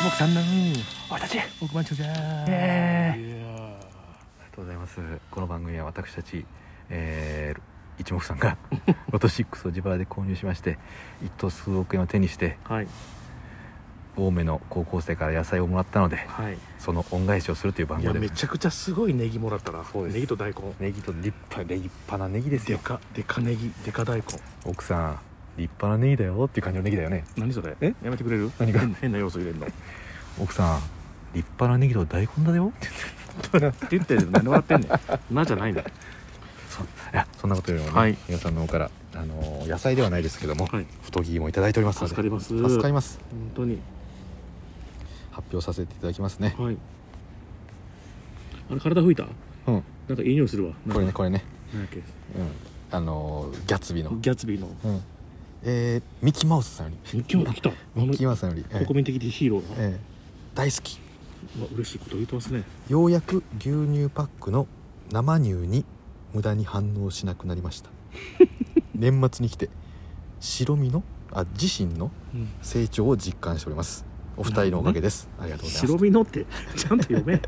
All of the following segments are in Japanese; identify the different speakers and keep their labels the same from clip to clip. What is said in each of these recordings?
Speaker 1: 一目散な
Speaker 2: 私
Speaker 1: 億万長者
Speaker 2: え
Speaker 3: ありがとうございますこの番組は私たち、えー一目さん がロト6を自腹で購入しまして一等数億円を手にして
Speaker 2: ー、はい
Speaker 3: 青梅の高校生から野菜をもらったので
Speaker 2: はい
Speaker 3: その恩返しをするという番
Speaker 2: いや
Speaker 3: 組
Speaker 2: め
Speaker 3: で
Speaker 2: ちゃくちゃすごいネギもらったな
Speaker 3: そうです
Speaker 2: ネギと大根
Speaker 3: ネギと立派立派なネギです
Speaker 2: で
Speaker 3: よ
Speaker 2: かでかネギでか大根
Speaker 3: 奥さん立派なネギだよっていう感じのネギだよね
Speaker 2: 何それ
Speaker 3: え
Speaker 2: やめてくれる
Speaker 3: 何が
Speaker 2: 変変な要素入れるのって
Speaker 3: 奥さん立派なネギと大根だよって
Speaker 2: 言って何で笑ってんねんなじゃないの
Speaker 3: そいやそんなことよりもね、
Speaker 2: はい
Speaker 3: 皆さんの方から、あのー野菜ではないですけども、
Speaker 2: はい
Speaker 3: 太ぎもいただいておりますので
Speaker 2: 助かります
Speaker 3: 助かります
Speaker 2: 本当に
Speaker 3: 発表させていただきますね、
Speaker 2: はいあれ体拭いた
Speaker 3: うん、
Speaker 2: なんかいい匂いするわなんか
Speaker 3: これねこれね、
Speaker 2: なんだっけ
Speaker 3: うん、あのーギャツビーの、
Speaker 2: ギャツビーの
Speaker 3: うんえーミッキーマウスさんより
Speaker 2: ミッキーマウス来たあの
Speaker 3: ミッキーマウスさんより、えー
Speaker 2: 国民的ヒーローが、
Speaker 3: えー大好き
Speaker 2: まあ、嬉しいこと言ってますね
Speaker 3: ようやく牛乳パックの生乳に無駄に反応しなくなりま した年末に来て白身のあ自身の
Speaker 2: うん
Speaker 3: 成長を実感しておりますお二人のおかげです、ありがとうござい
Speaker 2: 白
Speaker 3: ます
Speaker 2: 身のって ちゃんと読め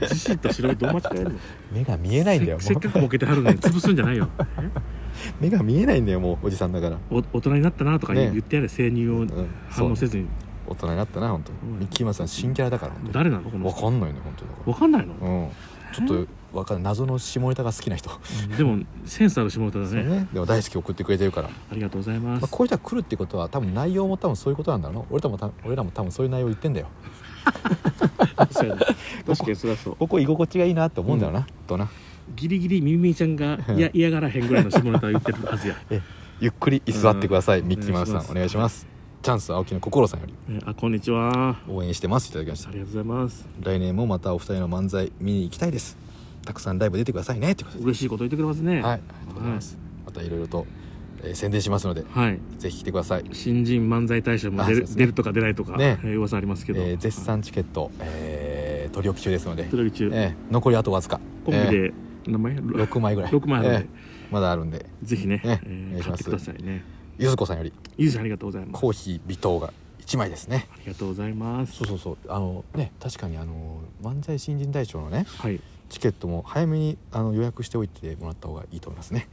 Speaker 2: 自身と白身どう間違えるの
Speaker 3: 目が見えないんだよ
Speaker 2: せせ
Speaker 3: も
Speaker 2: っ
Speaker 3: う
Speaker 2: かくボケてはるのに潰すんじゃない よえ
Speaker 3: 目が見えないんだよもうおじさんだから、
Speaker 2: お大人になったなとか言
Speaker 3: ね
Speaker 2: 言ってやれ生乳を
Speaker 3: うん、
Speaker 2: 反応
Speaker 3: そ
Speaker 2: せ
Speaker 3: う
Speaker 2: ずに
Speaker 3: 大人になったな本当に、
Speaker 2: うん
Speaker 3: ミッキーマウスさん新キャラだから本当に
Speaker 2: 誰なのこの
Speaker 3: わ
Speaker 2: 人
Speaker 3: かんないね本当にだか
Speaker 2: わかんないの、
Speaker 3: らうんちょっとわかんない謎の下ネタが好きな人、
Speaker 2: でもセンスある下ネタだ
Speaker 3: そう
Speaker 2: ね
Speaker 3: ねでも大好き送ってくれてるから
Speaker 2: ありがとうございます、
Speaker 3: まあ、こういう人が来るってことは多分内容も多分そういうことなんだろうな俺らもた 俺らも多分そういう内容言ってんだよ
Speaker 2: そうやな確かにそりゃそう
Speaker 3: ここ居心地がいいなって思うんだよな、とな
Speaker 2: ギリギリミミちゃんがいや嫌がらへんぐらいの下ネタ言ってるはずや
Speaker 3: ゆっくり居座ってください、
Speaker 2: うん
Speaker 3: ミッキーマウスさ
Speaker 2: お
Speaker 3: んお
Speaker 2: 願
Speaker 3: 願
Speaker 2: い
Speaker 3: い
Speaker 2: し
Speaker 3: し
Speaker 2: ま
Speaker 3: ますチャンス青木の心さんより
Speaker 2: えあこんにちは
Speaker 3: 応援してますいただきました
Speaker 2: ありがとうございます
Speaker 3: 来年もまたお二人の漫才見に行きたいですたくさんライブ出てくださいねってことで
Speaker 2: 嬉しいこと言ってくれますね
Speaker 3: はいありがとうございます、またいろいろと、えー宣伝しますので
Speaker 2: はい
Speaker 3: ぜひ来てください、
Speaker 2: 新人漫才大賞も
Speaker 3: あ
Speaker 2: 出
Speaker 3: そう
Speaker 2: る,、
Speaker 3: ですね
Speaker 2: 出るとか出ないとか、
Speaker 3: ね
Speaker 2: えー噂ありますけ
Speaker 3: え
Speaker 2: ど、
Speaker 3: ー絶賛チケット、えー取り置き中ですので、
Speaker 2: テレビ中、
Speaker 3: えー残りあとわずか
Speaker 2: コンビ
Speaker 3: え
Speaker 2: で名前、
Speaker 3: ー6枚 ぐらい
Speaker 2: 6枚あるんで
Speaker 3: えーまだあるんで
Speaker 2: ぜひね
Speaker 3: ね
Speaker 2: えー
Speaker 3: お願いし
Speaker 2: 買
Speaker 3: ま
Speaker 2: って
Speaker 3: す
Speaker 2: くださいね
Speaker 3: ゆずこさんより
Speaker 2: ゆずさんありがとうございます
Speaker 3: コーヒー微糖が1枚ですね
Speaker 2: ありがとうございます
Speaker 3: そうそうそうあのね確かにあの漫才新人大賞のね
Speaker 2: はい
Speaker 3: チケットも早めにあの予約しておいてもらった方がいいと思いますね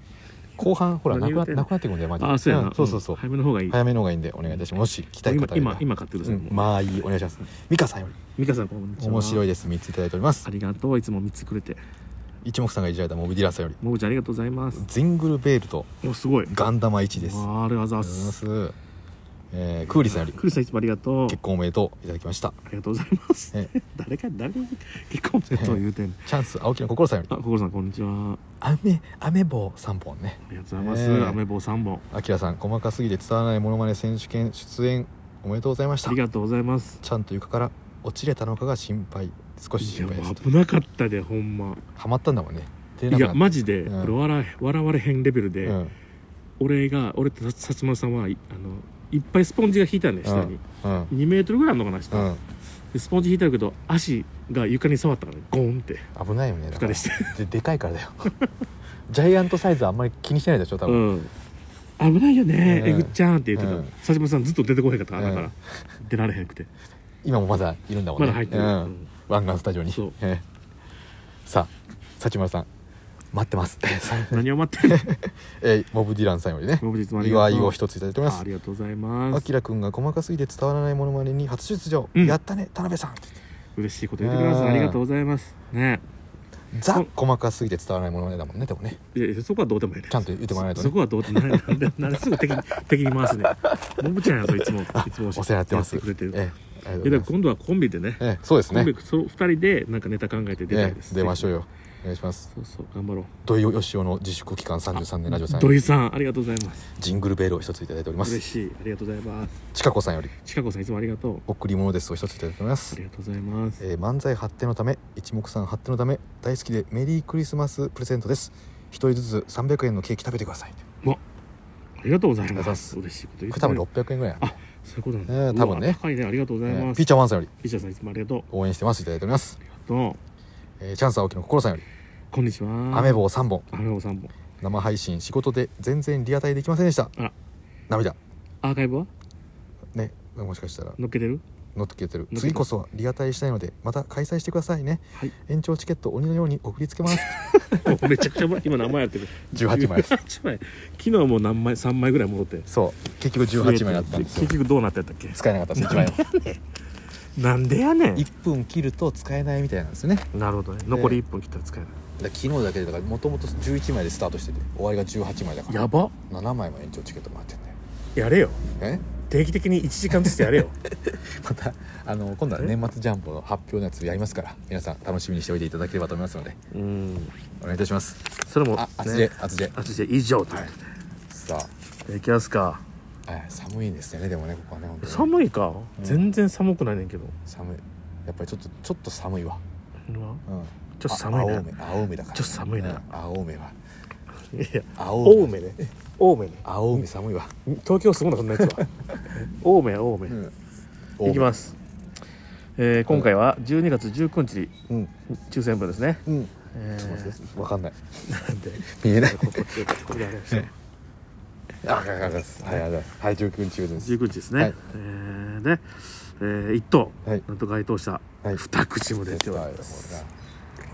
Speaker 3: 後半ほらな
Speaker 2: 何言う
Speaker 3: くなって
Speaker 2: ん
Speaker 3: な
Speaker 2: の
Speaker 3: くなってくるんだよマジで
Speaker 2: あそうやな、
Speaker 3: んそうそうそう、
Speaker 2: 早めの方がいい
Speaker 3: 早めの方がいいんでお願いいたしますもし来たい
Speaker 2: 今
Speaker 3: 方
Speaker 2: 今今買ってくだ
Speaker 3: う
Speaker 2: さい、
Speaker 3: ん、まあいいお願いします美香さんより
Speaker 2: 美香さんこんにちは
Speaker 3: 面白い
Speaker 2: い
Speaker 3: です3ついただいております
Speaker 2: ありがとういつも3つくれて
Speaker 3: 一目さんがいじられたモビディラさんより
Speaker 2: もぐちゃんありがとうございます
Speaker 3: ジングルベールと
Speaker 2: おすごい
Speaker 3: ガンダマ1ですあ
Speaker 2: あありがとうございま
Speaker 3: りがとうございますす、えー、クーリさんより
Speaker 2: クリスさんいつもありがとう
Speaker 3: 結婚おめでとういただきました
Speaker 2: ありがとうございます
Speaker 3: え
Speaker 2: 誰か誰に結婚ってと言うてんの
Speaker 3: チャンス青木の心さんより
Speaker 2: あ心さんこんにちは
Speaker 3: アメアメ棒3本ね
Speaker 2: ありがとうございます、
Speaker 3: ねえ
Speaker 2: アメ棒3本
Speaker 3: あきらさん細かすぎて伝わらないモノマネ選手権出演おめでとうございまし
Speaker 2: あ
Speaker 3: た
Speaker 2: りがとうございます
Speaker 3: ちゃんと床から落ちれたのかが心配少し
Speaker 2: いや
Speaker 3: 心配です
Speaker 2: もう危なかったでほんま
Speaker 3: はまったんだもんね出れ
Speaker 2: い
Speaker 3: なくな
Speaker 2: や
Speaker 3: っ
Speaker 2: マジで、
Speaker 3: うん
Speaker 2: これ笑え笑われへんレベルで、
Speaker 3: うん
Speaker 2: 俺が俺とささつまるさんはいあのいっぱいスポンジが引いたんで下に、
Speaker 3: うん
Speaker 2: 2メートルぐらいあるのかな下、
Speaker 3: うん
Speaker 2: でスポンジ引いてあるけど足が床に触ったからゴーンって
Speaker 3: 危ないよねだ
Speaker 2: 二
Speaker 3: から
Speaker 2: 人して
Speaker 3: ででかいからだよ ジャイアントサイズはあんまり気にしてないでしょ多
Speaker 2: う
Speaker 3: 分、
Speaker 2: ん危ないよね、
Speaker 3: うん
Speaker 2: えぐっちゃんって言ってた、
Speaker 3: うん
Speaker 2: 佐島さんずっと出てこへんかったから、
Speaker 3: うん
Speaker 2: だから出られへんくて
Speaker 3: 今もまだいるんだもんね
Speaker 2: まだ入ってる
Speaker 3: う
Speaker 2: うん
Speaker 3: ん、湾岸スタジオに
Speaker 2: そう
Speaker 3: さあ幸村さん待ってます
Speaker 2: 何を待ってんの
Speaker 3: えーモブディランさんよりね
Speaker 2: ご無事ありが
Speaker 3: 祝
Speaker 2: と
Speaker 3: いうを一ついただいております
Speaker 2: ありがとうございま
Speaker 3: あ
Speaker 2: す
Speaker 3: きらくんが細かすぎて伝わらないものまねに初出場、
Speaker 2: うん
Speaker 3: やったね田辺さんって言って
Speaker 2: 嬉しいこと言ってくれます
Speaker 3: うん
Speaker 2: ありがとうございますねう
Speaker 3: ザ
Speaker 2: ん
Speaker 3: 細かすぎて伝わらないものまねだもんねでもね
Speaker 2: いやいやそこはどうでもいいね
Speaker 3: ちゃんと言ってもらわないと
Speaker 2: そ
Speaker 3: ね
Speaker 2: こはどうでもいいなん でなんですぐ敵に敵に回すねもぶちゃんやぞいつ もいつも
Speaker 3: お世話になってます
Speaker 2: やってくれてる
Speaker 3: ええありがとう
Speaker 2: えで
Speaker 3: ご
Speaker 2: も
Speaker 3: ざいます
Speaker 2: 今度はコンビでね
Speaker 3: ええそうです
Speaker 2: コ
Speaker 3: ね
Speaker 2: ンビそう二人でなんかネタ考えて出たい
Speaker 3: え
Speaker 2: で
Speaker 3: え
Speaker 2: す
Speaker 3: 出ましょう
Speaker 2: よ
Speaker 3: よお願いします
Speaker 2: そうそう頑張ろう
Speaker 3: 土井善雄の自粛期間33年ラジオさんよ
Speaker 2: 土
Speaker 3: り
Speaker 2: 井さんありがとうございます
Speaker 3: ジングルベールを一ついただいておりま
Speaker 2: 嬉
Speaker 3: す
Speaker 2: しいありがとうございます
Speaker 3: ちかこさんより
Speaker 2: ちかこさんいつもありがとう
Speaker 3: 贈り物ですを一ついただいておりま
Speaker 2: あ
Speaker 3: す
Speaker 2: りがとうございます。
Speaker 3: えー漫才発展のため一目散発展のため大好きでメリークリスマスプレゼントです一人ずつ300円のケーキ食べてくださいこ
Speaker 2: ありがとうござい
Speaker 3: あり
Speaker 2: ま。
Speaker 3: がとうございますす
Speaker 2: 嬉しいこと言っ
Speaker 3: れ
Speaker 2: て
Speaker 3: 多
Speaker 2: くれる
Speaker 3: 分600円ぐらいな
Speaker 2: あそういうことなんだ。
Speaker 3: えー多分ね
Speaker 2: うわ高いね。ありがとうござい
Speaker 3: え
Speaker 2: ま
Speaker 3: ー
Speaker 2: す。
Speaker 3: ピーチャーワンさんより
Speaker 2: ピーチャーさんいつもありがとう。
Speaker 3: 応援してますいただいております
Speaker 2: ありがとう。
Speaker 3: えーチャンス青木の心さんより
Speaker 2: こんにちは。
Speaker 3: アメ棒3本
Speaker 2: 雨棒さんも。あ
Speaker 3: 生配信仕事で全然リアタイできませんでした
Speaker 2: あら
Speaker 3: 涙
Speaker 2: アーカイブは
Speaker 3: ねもしかしたら
Speaker 2: 載っけてる
Speaker 3: 乗っけてる
Speaker 2: てる
Speaker 3: 次こそはリアタイしたいのでまた開催してくださいね、
Speaker 2: はい
Speaker 3: 延長チケット鬼のように送りつけます
Speaker 2: お めちゃくちゃ今何枚やってる
Speaker 3: 18枚です
Speaker 2: 18枚昨日もう何枚3枚ぐらい戻って
Speaker 3: そう結局18枚だったんですよ
Speaker 2: 結局どうなってたっけ
Speaker 3: 使えなかったです1枚も
Speaker 2: なんでやねん
Speaker 3: 1分切ると使えないみたいなんですよねだか
Speaker 2: なるほどね残り1分切ったら使えな
Speaker 3: ら昨日だけでだからもともと11枚でスタートしてて終わりが18枚だか
Speaker 2: い
Speaker 3: ら
Speaker 2: やば
Speaker 3: 7枚も延長チケットもらってんだよ
Speaker 2: やれよ
Speaker 3: え
Speaker 2: 定期的に1時間ずつやれよ
Speaker 3: またあの今度は年末ジャンボの発表のやつやりますから皆さん楽しみにしておいていただければと思いますので
Speaker 2: うん
Speaker 3: お願いいたします
Speaker 2: それも
Speaker 3: あ厚
Speaker 2: ね
Speaker 3: 手厚手
Speaker 2: あつじ以上というこ
Speaker 3: さあ
Speaker 2: とでいきますか
Speaker 3: えー寒いんですよねでもねここはね本当に
Speaker 2: 寒いか、
Speaker 3: うん
Speaker 2: 全然寒くないねんけど
Speaker 3: 寒いやっぱりちょっとちょっと寒いわ、
Speaker 2: ほんま
Speaker 3: うん、
Speaker 2: ちょっと寒い
Speaker 3: あ
Speaker 2: な
Speaker 3: 青梅青梅だから
Speaker 2: ちょっと寒いな
Speaker 3: うん青梅はい
Speaker 2: や
Speaker 3: 青
Speaker 2: 青
Speaker 3: 梅
Speaker 2: 梅ね青梅ね
Speaker 3: 青梅寒いわ、
Speaker 2: 東京すごいなそんなやつ は青梅青梅、
Speaker 3: うん
Speaker 2: いきます、えー、今回は12月19日
Speaker 3: うん
Speaker 2: 抽選分ですね、
Speaker 3: うん
Speaker 2: え
Speaker 3: ちょっと待っ
Speaker 2: ー、
Speaker 3: てわかんない
Speaker 2: なんで
Speaker 3: 見えない
Speaker 2: ここここであれですよ
Speaker 3: あありがとうございますはいありがとうございますはい19日中です
Speaker 2: 19日ですね、
Speaker 3: はい
Speaker 2: えーで、えー、1等、
Speaker 3: はい
Speaker 2: なんと該当者
Speaker 3: はい
Speaker 2: 2口も出ており
Speaker 3: はい
Speaker 2: ます、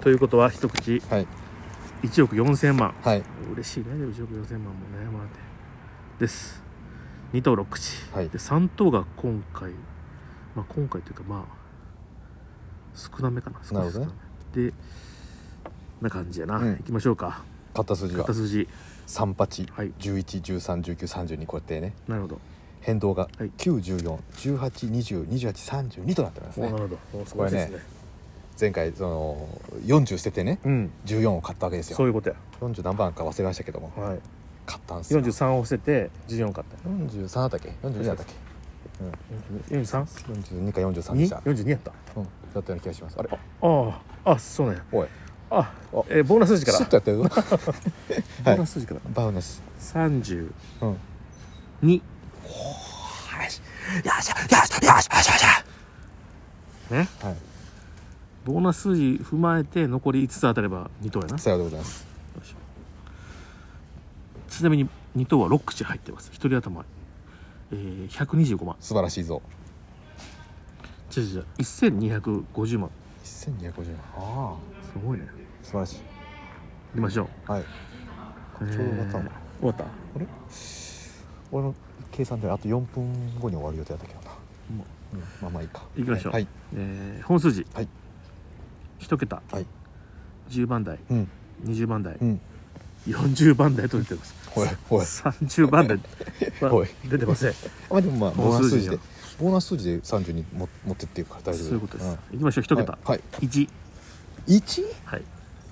Speaker 2: ということは一口
Speaker 3: はい
Speaker 2: 1億4000万
Speaker 3: はい
Speaker 2: 嬉しいねでも1億4000万もねもらってです2等6口、
Speaker 3: はい
Speaker 2: で3等が今回まあ今回というかまあ少なめかな少
Speaker 3: なる
Speaker 2: し
Speaker 3: ほ
Speaker 2: 少
Speaker 3: ど
Speaker 2: な
Speaker 3: ね
Speaker 2: めでな感じやな、
Speaker 3: うん
Speaker 2: いきましょうか
Speaker 3: 買った数字は
Speaker 2: 片筋
Speaker 3: 三八
Speaker 2: はい
Speaker 3: 十一十三十九三十二こうやってね
Speaker 2: なるほど
Speaker 3: 変動が
Speaker 2: はい
Speaker 3: 九十四十八二十二十八三十二となっております
Speaker 2: おな
Speaker 3: ね
Speaker 2: るほどおす
Speaker 3: こ
Speaker 2: ご
Speaker 3: れ
Speaker 2: い
Speaker 3: ね
Speaker 2: ですね
Speaker 3: 前回その四十捨ててね
Speaker 2: うん
Speaker 3: 十四を買ったわけです
Speaker 2: そう
Speaker 3: よ
Speaker 2: いうことや、
Speaker 3: 四十何番か忘れましたけども
Speaker 2: はい、
Speaker 3: 買ったんですよ
Speaker 2: 43を捨てて14買ったよ
Speaker 3: 四十三だったっけ四十二だったっけ
Speaker 2: 43?2?
Speaker 3: 四十二か四十三でした
Speaker 2: 42やった
Speaker 3: うんだったような気がしますあれ
Speaker 2: あああそうなんや
Speaker 3: おい
Speaker 2: あ
Speaker 3: あ
Speaker 2: えーボーナス数字か
Speaker 3: シュ
Speaker 2: ら
Speaker 3: ッとやってるぞ
Speaker 2: ボー
Speaker 3: はい
Speaker 2: ナス数字から
Speaker 3: バウナス
Speaker 2: 32
Speaker 3: うん
Speaker 2: よしよしよしよしよしよしね
Speaker 3: はい
Speaker 2: ボーナス数字踏まえて残り5つ当たれば2等やなよ
Speaker 3: さようでございます
Speaker 2: いしょちなみに2等は6口入ってます1人頭、えー、125万
Speaker 3: 素晴らしいぞ
Speaker 2: 違う違う1250万
Speaker 3: 一千二百五十万あ
Speaker 2: すごいね
Speaker 3: あ素晴らしい
Speaker 2: 行きましょう
Speaker 3: はい
Speaker 2: え
Speaker 3: ちょうど終わった
Speaker 2: ー
Speaker 3: わ
Speaker 2: 終わったも
Speaker 3: あれ俺の計算であと4分後に終わる予定だったけどな、
Speaker 2: う
Speaker 3: うん、まあまあいいか
Speaker 2: 行きましょう
Speaker 3: はい
Speaker 2: えー本数字、
Speaker 3: はい
Speaker 2: 1桁、
Speaker 3: はい
Speaker 2: 10番台
Speaker 3: うん
Speaker 2: 20番台、
Speaker 3: うん
Speaker 2: 40番台と出てます
Speaker 3: おいおい
Speaker 2: 30番台は
Speaker 3: おい
Speaker 2: 出てません
Speaker 3: まあでもまあボーナ
Speaker 2: 本数
Speaker 3: ス数
Speaker 2: 字
Speaker 3: 字
Speaker 2: が
Speaker 3: でボーナス数字で32に持持ってっていうから大丈夫
Speaker 2: そういうことです、
Speaker 3: ん
Speaker 2: 行きましょう1桁、
Speaker 3: はい、はい、
Speaker 2: 1
Speaker 3: 1?
Speaker 2: はい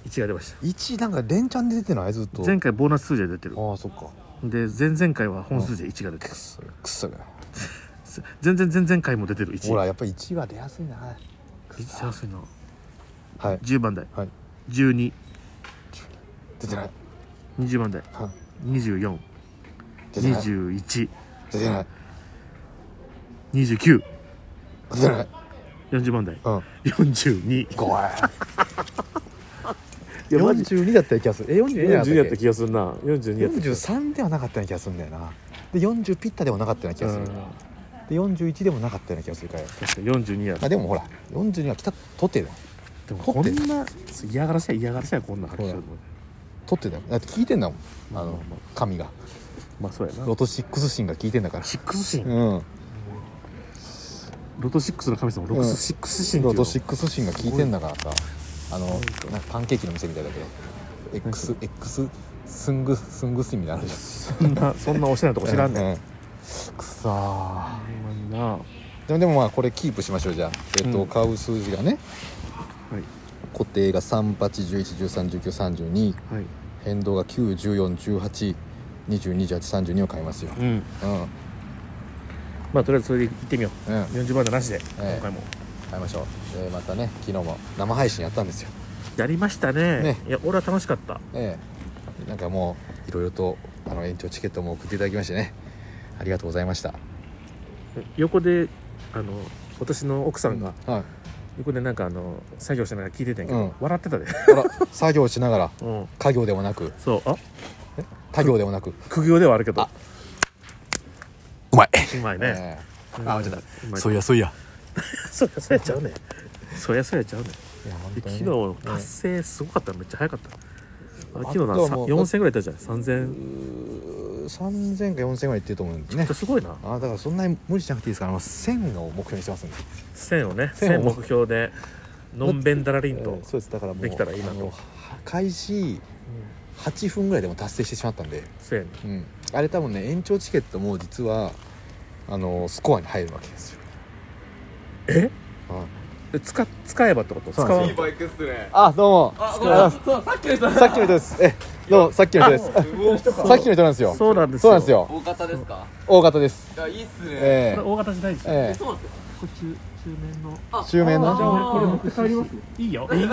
Speaker 2: 1が出ました
Speaker 3: 1なんか連チャンで出てないずっと
Speaker 2: 前回ボーナス数字が出てる
Speaker 3: ああそっか
Speaker 2: で前々回は本数字で1が出てる
Speaker 3: くそくそが
Speaker 2: 全然前々回も出てる
Speaker 3: ほ
Speaker 2: 1
Speaker 3: らやっぱり1は出やすいなくそ
Speaker 2: 幸せな
Speaker 3: はい
Speaker 2: 10番台、
Speaker 3: はい
Speaker 2: 1220
Speaker 3: 出てない
Speaker 2: 番台
Speaker 3: は
Speaker 2: 2421
Speaker 3: 出てない出てない
Speaker 2: 29
Speaker 3: 出てない
Speaker 2: 40番台
Speaker 3: うん
Speaker 2: 42
Speaker 3: 怖い
Speaker 2: いやマジ
Speaker 3: 42だったような気がするえ42だった
Speaker 2: 42
Speaker 3: っけ
Speaker 2: やった気がするな42やった気がす
Speaker 3: 43ではなかったような気がするんだよなで40ピッタでもなかったような気
Speaker 2: る
Speaker 3: がするで41でもなかったような気がするから
Speaker 2: 確かに42や
Speaker 3: まあでもほら40には来たとてだよ
Speaker 2: でも
Speaker 3: 凝
Speaker 2: こ
Speaker 3: ってる
Speaker 2: んな嫌がらせや嫌がらせやこんな拍手
Speaker 3: ほとってだよだって聞いてんだもんあの神が
Speaker 2: まあそうやな
Speaker 3: ロト6神が聞いてんだから
Speaker 2: シックス神
Speaker 3: うん
Speaker 2: ロト6の神様ロ
Speaker 3: うん
Speaker 2: ト6神
Speaker 3: ロ
Speaker 2: ってい
Speaker 3: ト
Speaker 2: うの
Speaker 3: 6神が聞いてんだからさあのなんかパンケーキの店みたいだけど X, X スングスングスみたいなのあるじ
Speaker 2: そんなそんなおしゃれなと
Speaker 3: ゃ
Speaker 2: こ知らんねん
Speaker 3: うくそー
Speaker 2: ほんまになは
Speaker 3: でもでもまあこれキープしましょうじゃあ、えっと
Speaker 2: うん
Speaker 3: 買う数字がね
Speaker 2: い
Speaker 3: 固定が3811131932
Speaker 2: はい
Speaker 3: 変動が91418221832を買いますよ
Speaker 2: うん
Speaker 3: うん、うん、
Speaker 2: まあとりあえずそれでいってみよう40番台なしで
Speaker 3: え
Speaker 2: 今
Speaker 3: え
Speaker 2: 回も
Speaker 3: 買いましょうでまたね昨日も生配信やったんですよ
Speaker 2: やりましたね
Speaker 3: ね
Speaker 2: いや俺は楽しかった
Speaker 3: ええなんかもういろいろとあの延長チケットも送っていただきましてねありがとうございました
Speaker 2: 横であの私の奥さんが
Speaker 3: はい
Speaker 2: 横でなんかあの作業しながら聞いてたんやけ
Speaker 3: うん
Speaker 2: ど笑ってたで
Speaker 3: あら作業しながら
Speaker 2: うん
Speaker 3: 家業でもなく
Speaker 2: そうあ
Speaker 3: 他行でもなく
Speaker 2: 苦行ではあるけど
Speaker 3: あうまいう
Speaker 2: まいね
Speaker 3: えーあ間違っ
Speaker 2: うま
Speaker 3: た
Speaker 2: い
Speaker 3: そういやそういや
Speaker 2: そりゃそうやちゃうねそりゃそうやちゃうね
Speaker 3: いや本
Speaker 2: で
Speaker 3: 当に
Speaker 2: 昨
Speaker 3: ね
Speaker 2: 日達成すごかっためっちゃ早かったあれ昨日な
Speaker 3: あとは
Speaker 2: さ
Speaker 3: もう
Speaker 2: 4000ぐらいいったじゃん3000
Speaker 3: 3000か4000ぐらいいってると思うんでね
Speaker 2: すごいな
Speaker 3: あだからそんなに無理しなくていいですからあの1000を目標にしてますんで
Speaker 2: 1000をね1000
Speaker 3: 1000を
Speaker 2: 目標でのんべんだらりん
Speaker 3: え
Speaker 2: と
Speaker 3: ーそうですだからもう
Speaker 2: できたらいいなと
Speaker 3: あの開始8分ぐらいでも達成してしまったんで、
Speaker 2: 1000に
Speaker 3: うん、あれ多分ね延長チケットも実はあのスコアに入るわけですよ
Speaker 2: え
Speaker 3: あ
Speaker 2: で使使えばってこと使
Speaker 3: そうな
Speaker 2: わん
Speaker 3: んです
Speaker 1: いいバイクっすね
Speaker 3: あどうも
Speaker 1: あごめんそうさっきの人
Speaker 3: さっきの人ですえどうもさっきの人です
Speaker 1: す
Speaker 3: さっきの人なんですよ
Speaker 2: そうなんですよ
Speaker 3: そうなんですよ
Speaker 1: 大型ですか
Speaker 3: 大型です
Speaker 1: いやいいっすね
Speaker 2: こ
Speaker 3: え
Speaker 2: れ大型じゃないんですよ
Speaker 3: ええ
Speaker 1: そうなんですか
Speaker 2: これ中中面の
Speaker 1: あ
Speaker 3: 中面の
Speaker 1: あ
Speaker 3: じ
Speaker 2: じ
Speaker 3: ゃ
Speaker 2: ゃ
Speaker 3: あ
Speaker 2: あ
Speaker 1: ー
Speaker 2: 俺これ持って帰りますいいよいいよ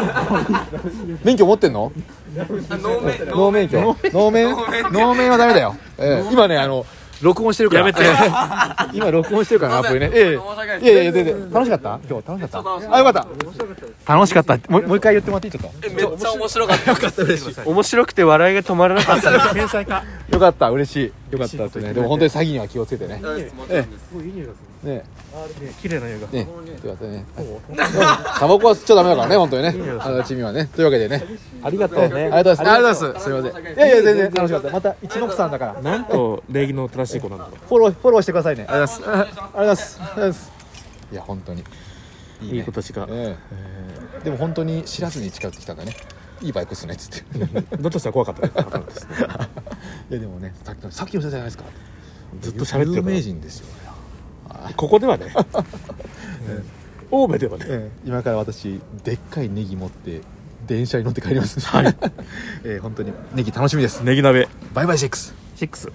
Speaker 3: え免許持ってんの
Speaker 1: あ能面
Speaker 3: 能免許能免能免はダメだよ、ええ、今ねあの録音してるか
Speaker 2: や
Speaker 3: ら
Speaker 2: めて
Speaker 3: え え今録音してるからアプリねえ
Speaker 1: 申し訳ない
Speaker 3: えいやいや全然楽しかった今日楽しか
Speaker 1: そう楽し
Speaker 3: っ
Speaker 1: か
Speaker 3: あよ
Speaker 1: ったた
Speaker 3: かった楽しかったってもうもう一回言ってもらっていいちょっ
Speaker 1: えめっちゃ面白かったよかった嬉しい
Speaker 4: 面白くて笑いが止まらなかった
Speaker 2: 天才か
Speaker 3: とよかった嬉しいよかったですねでも本当に詐欺には気をつけてね
Speaker 1: もちろんです
Speaker 2: すごいいい匂いがす
Speaker 3: ね
Speaker 2: る ね綺麗な匂いが
Speaker 3: ねということでね タバコは吸っちゃダメだからね本当にねあのチミはねというわけでね
Speaker 4: ありがとうね
Speaker 3: ありがとうございますありがとうございますすみ
Speaker 1: ありがとうご
Speaker 3: ません
Speaker 1: ざいます
Speaker 3: いやいや全然楽しかったまた一ノさんだから
Speaker 2: なんと礼儀の正しい子なんだろう
Speaker 3: フォローフォローしてくださいねありがとうございますありがとうございますありがとうございますいや本当にい
Speaker 2: いい子たちが
Speaker 3: ええでも本当に知らずに近寄ってきたんだねいいバイクっすねっつって
Speaker 2: だとしたら怖か ったねわかんないですね
Speaker 3: いやでもねさっきのさっきの人じゃないですか
Speaker 2: ずっと喋ってる
Speaker 3: 有
Speaker 2: か
Speaker 3: 名人ですよ、
Speaker 2: らここではねうん欧米ではね
Speaker 3: 今から私でっかいネギ持って電 車に乗って帰りますはい、えー、本当にネギ楽しみです
Speaker 2: ネギ鍋
Speaker 3: バイバイシックス
Speaker 2: 6